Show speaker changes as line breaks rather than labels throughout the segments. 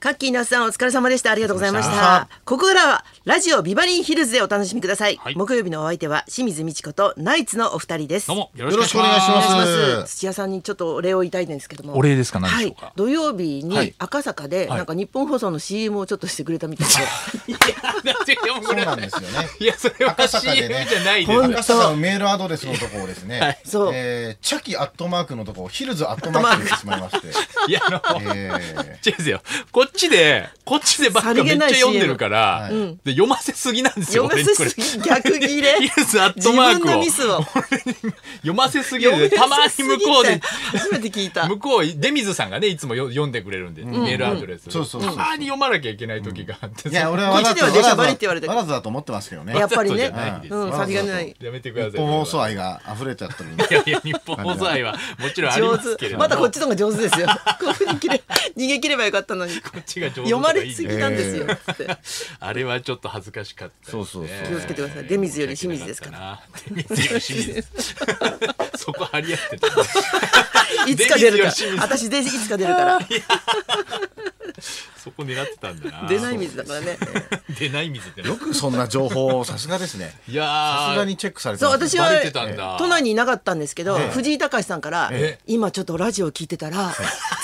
カッキー那須さんお疲れ様でしたありがとうございまし
ありがとうござい
たここからはラジオビバリーヒルズでお楽しみください、
はい
木曜日のお相手は清水美智子とナイツのお二人です
どうもよ
よ
ろしくお願いし
ろ
ま
し
す。
くお願いし
ま
ます土屋さんにちょっとお礼を言いたいんですけども
お礼ですか何でしょうか
はい、土曜日に赤坂で、
はい
なんか日本放送の CM をちょっとしてくれたみたい
す
そうなんですよね。
いやそれは
赤坂
CM
でね
じゃないで
ほん
す。
赤坂のメールアドレスのところをですね、
そう
えーチャキアットマークのところをヒルズアットマークにしてしまいまして、
いやあの。
えー
違うんですよこっちでこっちでばっかめっちゃ読んでるから、
さりげな
で読ませすぎなんで
です す
よ
よ読ませすぎ逆切れ
ヒルズアッ
自
トマー
分
クを
のミスを
読ませすぎでたまに向こうで
初めて聞いた
向こう出水さんがねいつもよ読んでくれるんで、メールアドレスを
そうそうそ
た
う
まに読まなきゃいけない時があって、
いや、俺はわざと
こっ
わ
ちでは出しゃ
ざと
ばりって言われてる
わざとだと思ってますけどね。
やっぱり
わ
ね
ざとじゃないんです
うんさりげない
やめてください
日本放送愛が溢れちゃってるんで
いやいや日本放送愛はもちろんあり
上
ますけ
手
れども
まだこっちの方が上手ですよこういうふうに切れ逃げ切ればよかったのに
こっちが上手とかいい
読まれすぎなんですよ
え
つって
あれはちょっと恥ずかしかったですね、
そうそうそう
気をつけてください出水より清水ですから
ら出水より 清水ですそこ張り合ってた
いつか出るか
出水よ清水
ら私でいつか出るから
そこ狙ってたんだ な
出ない水だからね
出ない水ってな
よくそんな情報をさすがです ね。
いや
さ
ー
すがにチェックされて
そう
ます
私
ね
バ
は
レてたんだ
都内にいなかったんですけど
ええ
藤井隆さんから
ええ
今ちょっとラジオ聞いてたら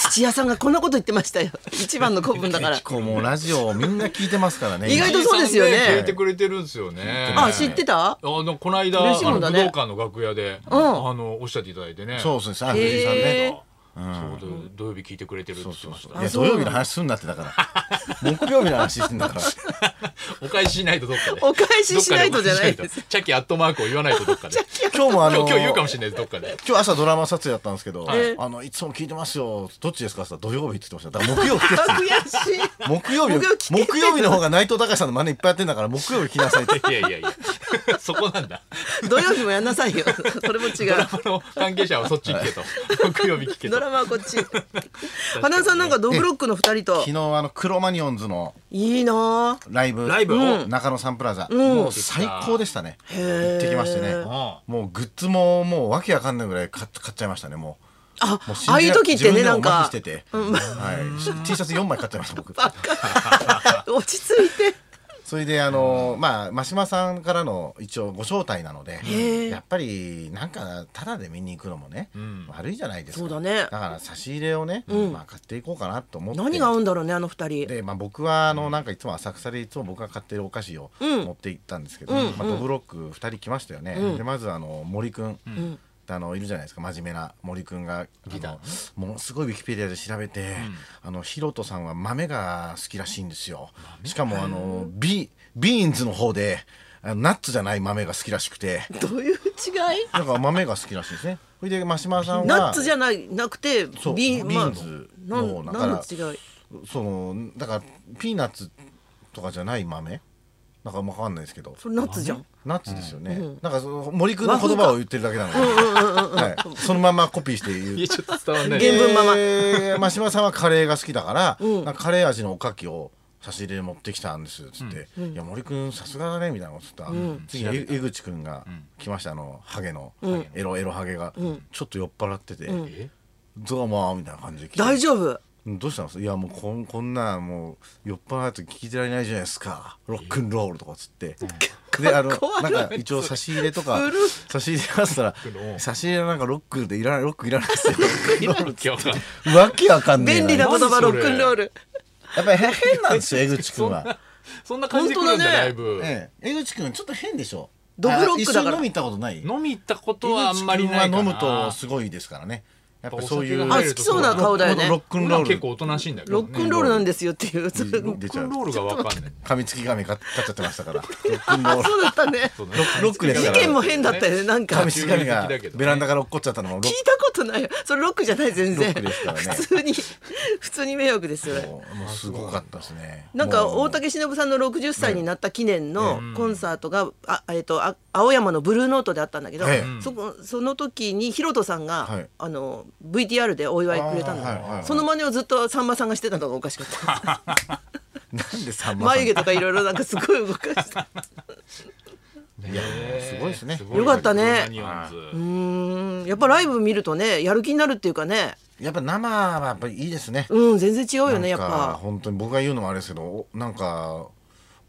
土屋さんがこんなこと言ってましたよ一番の古文だから
結構もうラジオをみんな聞いてますからね。
意外とそうですよね
藤井さん聞いてくれてるんですよね
あ知ってた
あのこの間、
嬉しい
あ
も
の
んだ
武道
ね
館の楽屋で、
ん
あのおっしゃっていただいてね
そう
そ
そうですね。あ藤井さん
へ
ね。
ー
う土土曜日聞いてくれてるって言
そう
ってま
そう
し
そ
た
う。いや、
そうな
土
の
曜日の話すんなってだ から。 木曜日の話してんだから。
お返ししないとどっかで
お返ししないとじゃない
ど
で
っかでお返ししとチャキアットマークを言わないとどっかで
今日もあ
今
の
日今日言うかもしれないですどっかで
今日朝ドラマ撮影だったんですけど、
い
あのいつも聞いてますよ。どっちですか？さ土曜日って言ってました。だから木曜日です。
悔しい
木曜日
木曜日聞けて
木曜日の方が内藤隆さんの真似いっぱいやってんだから木曜日来 なさいって。
いやいやいや そこなんだ
土曜日もやんなさいよ それも違う
あの関係者はそっち行けと木曜日聞け
ド
と
ラマはこっち花田さんなんかドブロックの二人と
昨日あのクロマニオンズの
いいなあ
ライブ
ライブ
うん中野サンプラザ、もう最高でしたね。行ってきましてね。もうグッズももうわけわかんないぐらい買っ買っちゃいましたねもう。
あ
もう信じ
あ
ら
あいう時ってね
自分で
な
も
んか
麻痺してて、はい、T シャツ4枚買っちゃいました 僕
落ち着いて
それであのまあ真島さんからの一応ご招待なのでやっぱりなんかタダで見に行くのもね、悪いじゃないですか
そうだね
から差し入れをね、まあ、買っていこうかなと思って
何が合うんだろうねあの二人
で、まあ、僕はあのなんかいつも浅草でいつも僕が買ってるお菓子を持って行ったんですけど、まあ、ドブロック2人来ましたよね、でまずあの森くん、あのいるじゃないですか真面目な森くんがギターものすごいウィキペディアで調べて、あのヒロトさんは豆が好きらしいんですよしかもあのビビーンズの方であのナッツじゃない豆が好きらしくて
どういう違い
だから豆が好きらしいですね それで真島さんは
ナッツじゃないなくてビ
そう
ー
ビーンズ
まあ
の
な
だ
ん
から
何の違い
そのだからピーナッツとかじゃない豆なんかわかんないですけど
それナッツじゃん
ナッツですよね、なんかその森くんの言葉を言ってるだけなので、はい、そのままコピーして
い
言
や
う
ちょっと伝わんない
原文まま
で真島さんはカレーが好きだから、なんかカレー味のおかきを差し入れで持ってきたんですっつって「いや森くんさすがだね」みたいなこと言ったら、次え江口くんが来ましたあのハゲの、エロエロハゲが、ちょっと酔っ払ってて「
え
どうも」みたいな感じで来て
大丈夫
どうしたんですかいやもうこんこんなもう酔っ払うと聞いてられないじゃないですかロックンロールとかっつって、であの
かっこ悪い
なんか一応差し入れとか
古っ
差し入れましたら
ロール
差し入れはなんかロックでいらないロックいらないですよロックンロールっつ
今日は
ってわけわかんねえ
便利な
やっ
言
何そ
葉
れ
ロックンロール
ぱり変なんですよ江口く んは、
そんな感じで来るん
本当だ
だ
ね
ライブ
ええ、江口くんちょっと変でしょ
ドブロックだから
あ一緒に飲み行ったことない
飲み行ったことはあんまりない
江口
かな
くんは飲むとすごいですからねやっぱそうい
お酒
う
が
あ
入
好
る
き
と
そうな顔だよね
ロッ
ロ
クンロール
結構おとなしいんだけど
ックンロールなんですよっていう
出
ロッ
ち
ク
ゃう
ンロールがわかんない
噛みつき亀買っちゃってましたからロックンロール
そうだったね
そうね
ロックです
事
から
件も変だったよねなんか
上
聞い
白神がベランダから落っこっちゃったのもロッ
たことないよそれロックじゃない全然
ロックですからね
普通に普通に迷惑ですよね
クももうすごかったですね。
なんか
もう
大竹しのぶさんの60歳になった記念のコンサートが、あえっとあ青山のブルーノートであったんだけど、
え
そこその時にヒロトさんが、
はい
あの VTR でお祝いくれたの、
あーはいはいはい
その真似をずっとさんまさんがしてたのがおかし かった
なんでさんまさん
眉毛とかいろいろなんかすごい動か して
いや
すごいですね
よかったね
マニオンズ
うーんやっぱライブ見るとねやる気になるっていうかね
やっぱ生はやっぱりいいですね。
うん全然違うよね
な
や
ん
っ
か
ぱ
本当に僕が言うのもあれですけどおなんか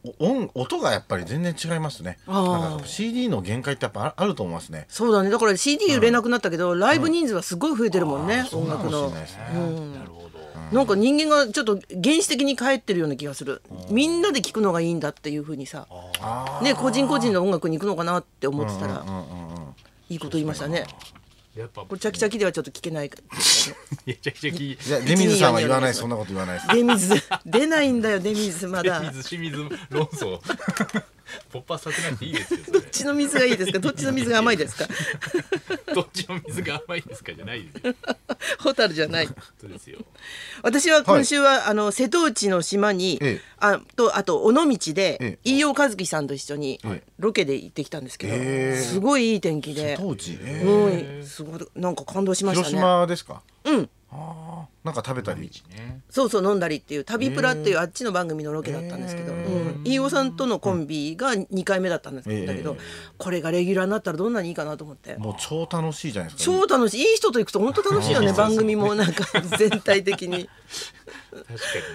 お音音がやっぱり全然違いますね
あー
なんか CD の限界ってやっぱああると思いますね
そうだねだから CD 売れなくなったけど、ライブ人数はすごい増えてるもんね、
そう
音
なのか
楽
もし
の
れないですね、
なるほど。
なんか人間がちょっと原始的に帰ってるような気がする、みんなで聴くのがいいんだっていうふうにさ、
あ
ね、個人個人の音楽に行くのかなって思ってたら、
ーうんうんうん
いいこと言いましたね
やっぱ
これチャキチャキではちょっと聞けないから
めちゃくちゃき。
いやデミズさんは言わないですそんなこと言わないです
出 水出ないんだよ出水まだ
水清水論 争。ポッパーさせなくていいですよ。それ
どっちの水がいいですかどっちの水が甘いです か
どっちの水が甘いですかじゃないですよ。
ホタルじゃない
そうですよ。
私は今週は、あの瀬戸内の島に、
ええ
あとあと尾道で、
ええ
飯尾和樹さんと一緒に
ええ
ロケで行ってきたんですけど、
ええ
すごいいい天気で、
当時、えー
うん、すごいなんか感動しました
広
ね。
島ですか
うん、
あーなんか食べたり
ね。
そうそう飲んだりっていう旅プラっていうあっちの番組のロケだったんですけど、
へ
うん、飯尾さんとのコンビが2回目だったんです
へー
だけど、これがレギュラーになったらどんなにいいかなと思って。
もう超楽しいじゃないですか
超楽しいいい人と行くと本当楽しいよ ね番組もなんか全体的に
確か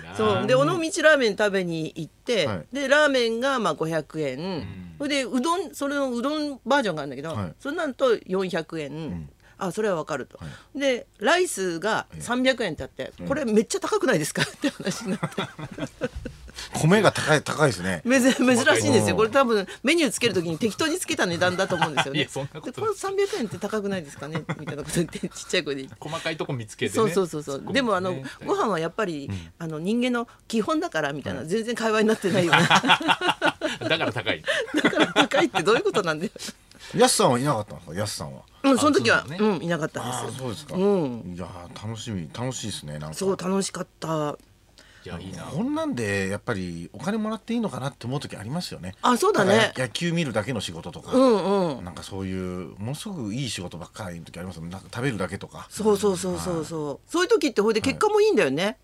にな。
そうで尾道ラーメン食べに行って、
はい
でラーメンがまあ500円、それでうどんそれのうどんバージョンがあるんだけど、
はい
それなんと400円、あそれはわかると、でライスが300円ってあって、これめっちゃ高くないですか って話になって
米が高い高いですね
珍珍しいんです
う
よ
ん
これ多分メニューつけるときに適当につけた値段だと思うんですよ
い
ね
やそんなこと
でこれ300円って高くないです かねみたいなこと言ってちっちゃい声で言って。
細かいとこ見つけてね。
そうそうそうそう、でもあのご飯
は
はやっぱり、あの人間の基本だからみたいな、全然会話になって ないよね
だから高い。
だから高いってどういうことなん だよ
やすさんはいなかったんですかやすさんは
うんその時は,、
そううだね
んいなかった
ああ
です
そうですか、
うん
いやー楽しみ楽しいですねなんか
そう楽しかった
いやいいな。
こんなんでやっぱりお金もらっていいのかなって思う時ありますよね
あそうだね
なんか野球見るだけの仕事とか、
うんうん
なんかそういうものすごくいい仕事ばっかりの時ありますよねなんか食べるだけとか
そうそうそうそうそうそういう時ってほいで結果もいいんだよね、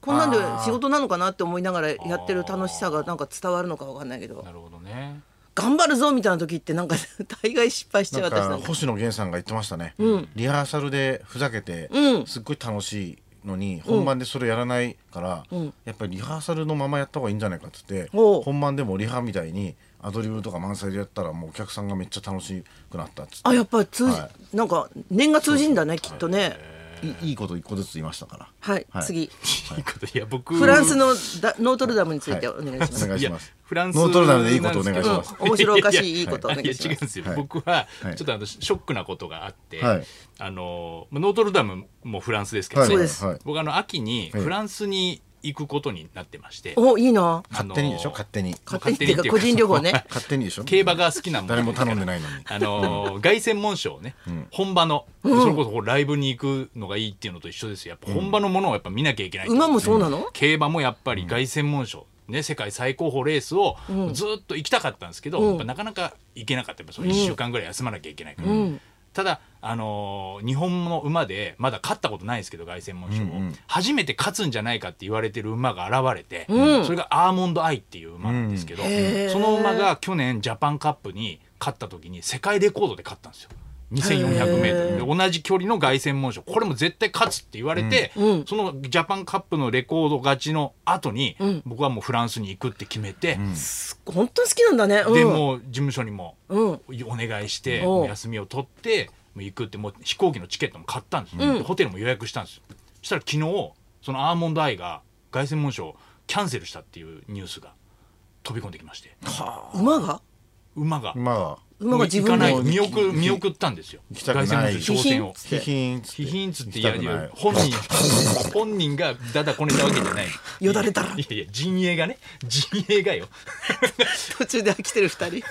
こんなんで仕事なのかなって思いながらやってる楽しさがなんか伝わるのかわかんないけど
なるほどね。
頑張るぞみたいな時ってなんか 大概失敗しちゃう
なん
私な
か
んか
星野源さんが言ってましたね、リハーサルでふざけて、
うん
すっごい楽しいのに本番でそれやらないから、やっぱりリハーサルのままやった方がいいんじゃないかっつって
おう
本番でもリハみたいにアドリブとか満載でやったらもうお客さんがめっちゃ楽しくなったっつって
あやっぱ通じ、
は
なんか念が通じんだねきっとね
いいいこと一個ずつ言いましたから
はい、
はい
次
いいこといや僕
フランスのだノートルダムについてお
は
願いしま
お
す。
願いしま
い
す
やフランス
ノートルダムでいいことお願いし
うん
ます、
面白おかしいいいことお
あ
願
いや
いし
違うん
ま。
ですすよ、
はい
僕は
はい
ちょっとあのショックなことがあって、
はい
あのまあノートルダムもフランスですけど、ね
そうです
はい
僕あの秋に
はい
フランスに行くことになってまして、
おいいな。
あの
勝手にでしょ勝手に
勝手にっていうか
勝
個
手に
人旅
っていうか
行ね。
勝手にでし ょ
競馬が好きなもん
誰も頼んでないのに
あのー凱旋門賞をね、本場の、それこそこうライブに行くのがいいっていうのと一緒ですよやっぱ本場のものをやっぱ見なきゃいけないってこと
馬もそうなの？
競馬もやっぱり凱旋門賞、ね、世界最高峰レースをずっと行きたかったんですけど、やっぱなかなか行けなかったやっぱその1週間ぐらい休まなきゃいけないから、ただ、あのー日本の馬でまだ勝ったことないんですけど凱旋門賞を、初めて勝つんじゃないかって言われてる馬が現れて、それがアーモンドアイっていう馬なんですけど、
へー
その馬が去年ジャパンカップに勝った時に世界レコードで勝ったんですよ。
へ
2400m で同じ距離の凱旋門賞これも絶対勝つって言われて、
うん
そのジャパンカップのレコード勝ちの後に、
ん
僕はもうフランスに行くって決めて、
本当に好きなんだね。うん、
でもう事務所にも
うん。
お願いして
おう
休みを取ってもう行くってもう飛行機のチケットも買ったんですよ、
うん
ホテルも予約したんですよそしたら昨日そのアーモンドアイが凱旋門賞をキャンセルしたっていうニュースが飛び込んできまして
馬が
馬が
ま あ
馬が自分
もう行か
で
ない見送見送ったんですよ
行きたくな
凱旋
い
門賞挑戦を。
ひひんつって
批評っつってい
行き
や
たく
い
ない
や本人本人がだだこねたわけじゃない
よだれたら
いやいや陣営がね陣営がよ
途中で飽きてる二 人。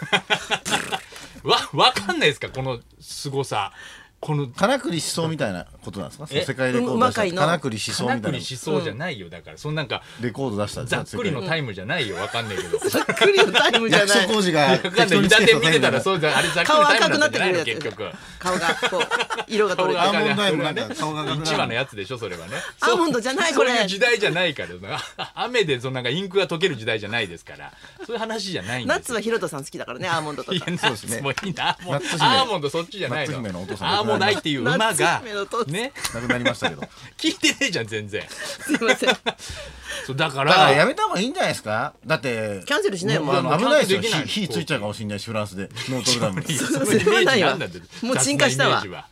わわかんないですかこの凄さこの
金栗思想みたいなことなんですか
え
世界レコード出したって金栗思想
金
みた
栗
いな
思想じゃないよだからそのなんか
レコード出したって
ざっくりのタイムじゃないよわかんないけど
ざっくりのタイムじゃ
役
な
所
い。
工事が
わかんない見立て見てたら
う
そうじゃあれざっくり
顔
のタイ
赤
ム
く
な
なんって
じ
くる
ゃないの
やつ。
結局
顔がこう色が取れ
ア
てる
顔が。
ーモンドアイもなんか顔が
一番のやつでしょそれはね
アーモンドじゃない
そう
これ
そういう時代じゃないからな 雨でそのなんかインクが溶ける時代じゃないですからそういう話じゃないんで
ナッ
す
ツ
よ
はヒロトさん好きだからねアーモンドと
いや
か。
ナッツもいいなアーモン
ナッ
ド
ツ姫
アーモンドそっちじゃないの
ナッツ姫のお父さん
アーもないっていう馬が
懐かしめの父ちゃん
ね
なくなり ましたけどだ
聞いてねえじゃん全然
すいません
そうだから
からやめた方がいいんじゃないですかだって
キャンセルしないよ
も
もう
うあの危ないですよ
キャンセルできない
火火ついちゃうかもしれないしフランスでノートルダム に
その
それは
イメー
な
ジ
いわ
んだって
もう沈下したわ
雑なイメージは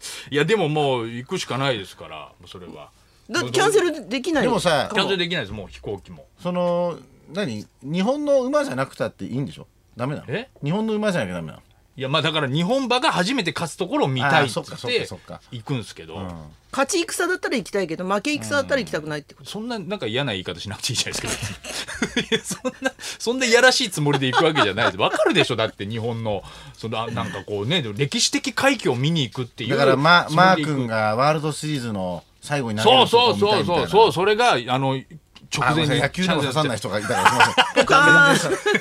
いやでももう行くしかないですからもうそれは
だ
もう
キャンセルできない
でもさ
キャンセルできないですもう飛行機も
その何日本の馬じゃなくたっていいんでしょダメなの
え
日本の馬じゃなきゃダメなの
いやまあだから日本馬が初めて勝つところを見たいっつっ
あーそっかそっか
て
そっか
行くんですけど、
勝ち戦だったら行きたいけど負け戦だったら行きたくないってこと
そんななんか嫌な言い方しなくていいじゃないですか いやそんなそんないやらしいつもりで行くわけじゃないですわかるでしょだって日本のそのあなんかこうねでも歴史的快挙を見に行くっていう
だからマ
つも
マ
り
ー
で行く
君がワールドシリーズの最後に投げ
そう
ると
そ
こ
う
見たい
そ
み
う
たい
そ
な
うそうそれがあの
あ
直
ごめ
前に
んなさい野球でも刺さんない人がいたか らす
ポカー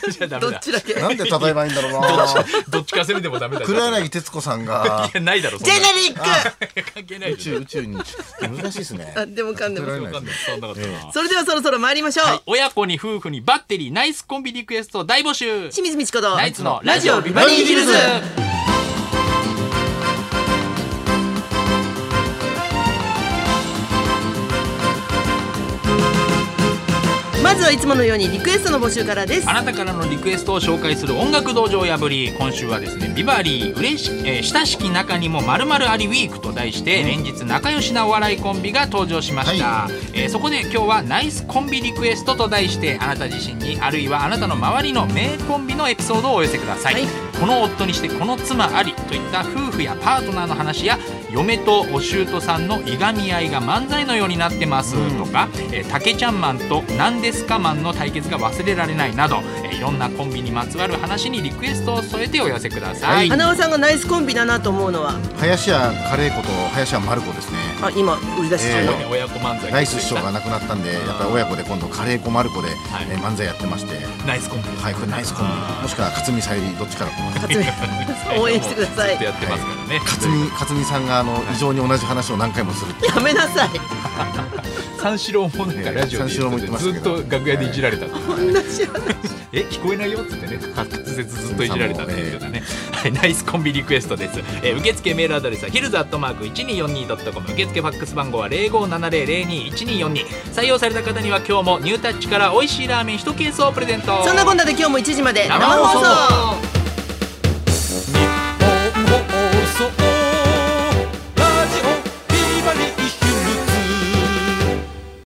ン
じゃダ メ
ど
だ
っちだけ
いませんなんで例えばいいんだろうな
どっちか攻めてもダメだ
黒柳徹子さんが
いやないだろそん
ジェ
な
ネリッ
関係な
宇
いでし
宙
ょ
宇宙に難しいですね
クあでも噛んでます
わかんない伝わんなかったな
それではそろそろ参りましょう、
はい親子に夫婦にバッテリーナイスコンビリクエスト大募集
清水ミチコと
ナイツのラジオビバ
バ
リ
リ
ー
ー
ヒ
ヒ
ル
ル
ズ
ズまずはいつものようにリクエストの募集からです
あなたからのリクエストを紹介する音楽道場破り今週はですねビバリー嬉し、えー親しき中にもまるありウィークと題して連日仲良しなお笑いコンビが登場しました、
は
えーそこで今日はナイスコンビリクエストと題してあなた自身にあるいはあなたの周りの名コンビのエピソードをお寄せください、
はい
この夫にしてこの妻ありといった夫婦やパートナーの話や嫁とお舅さんのいがみ合いが漫才のようになってますとか、えーたけちゃんマンとなんですかマンの対決が忘れられないなど、えーいろんなコンビにまつわる話にリクエストを添えてお寄せください、
花輪さんがナイスコンビだなと思うのは
林家カレー子と林家マルコですね
あ今売り出し中の、
え
親子漫才
ライス師匠が亡くなったんでやっぱり親子で今度カレー子マルコで
い
えー漫才やってまして
ナイスコンビ
はいこれナイスコンビもしくは勝見さゆりどっちからかな
勝美応援してくださ
ずっと
い
やってますからね、
勝見勝見さんがあの異常に同じ話を何回もするっていう
やめなさい
三四郎もなんかラジオ
三
で
四郎も言ってまし
ず
たけ
っ
ど
と楽屋でいじられたっていう
同じ話
え聞こえないよっつってね滑舌ずっといじられたっていうようなね、はい、ナイスコンビリクエストです、えー受付メールアドレスはヒルズアットマーク 1242.com 受付ファックス番号は0570021242採用された方には今日もニュータッチから美味しいラーメン1ケースをプレゼント
そんなこんなで今日も1時まで生
生
放
放
送
送日本放送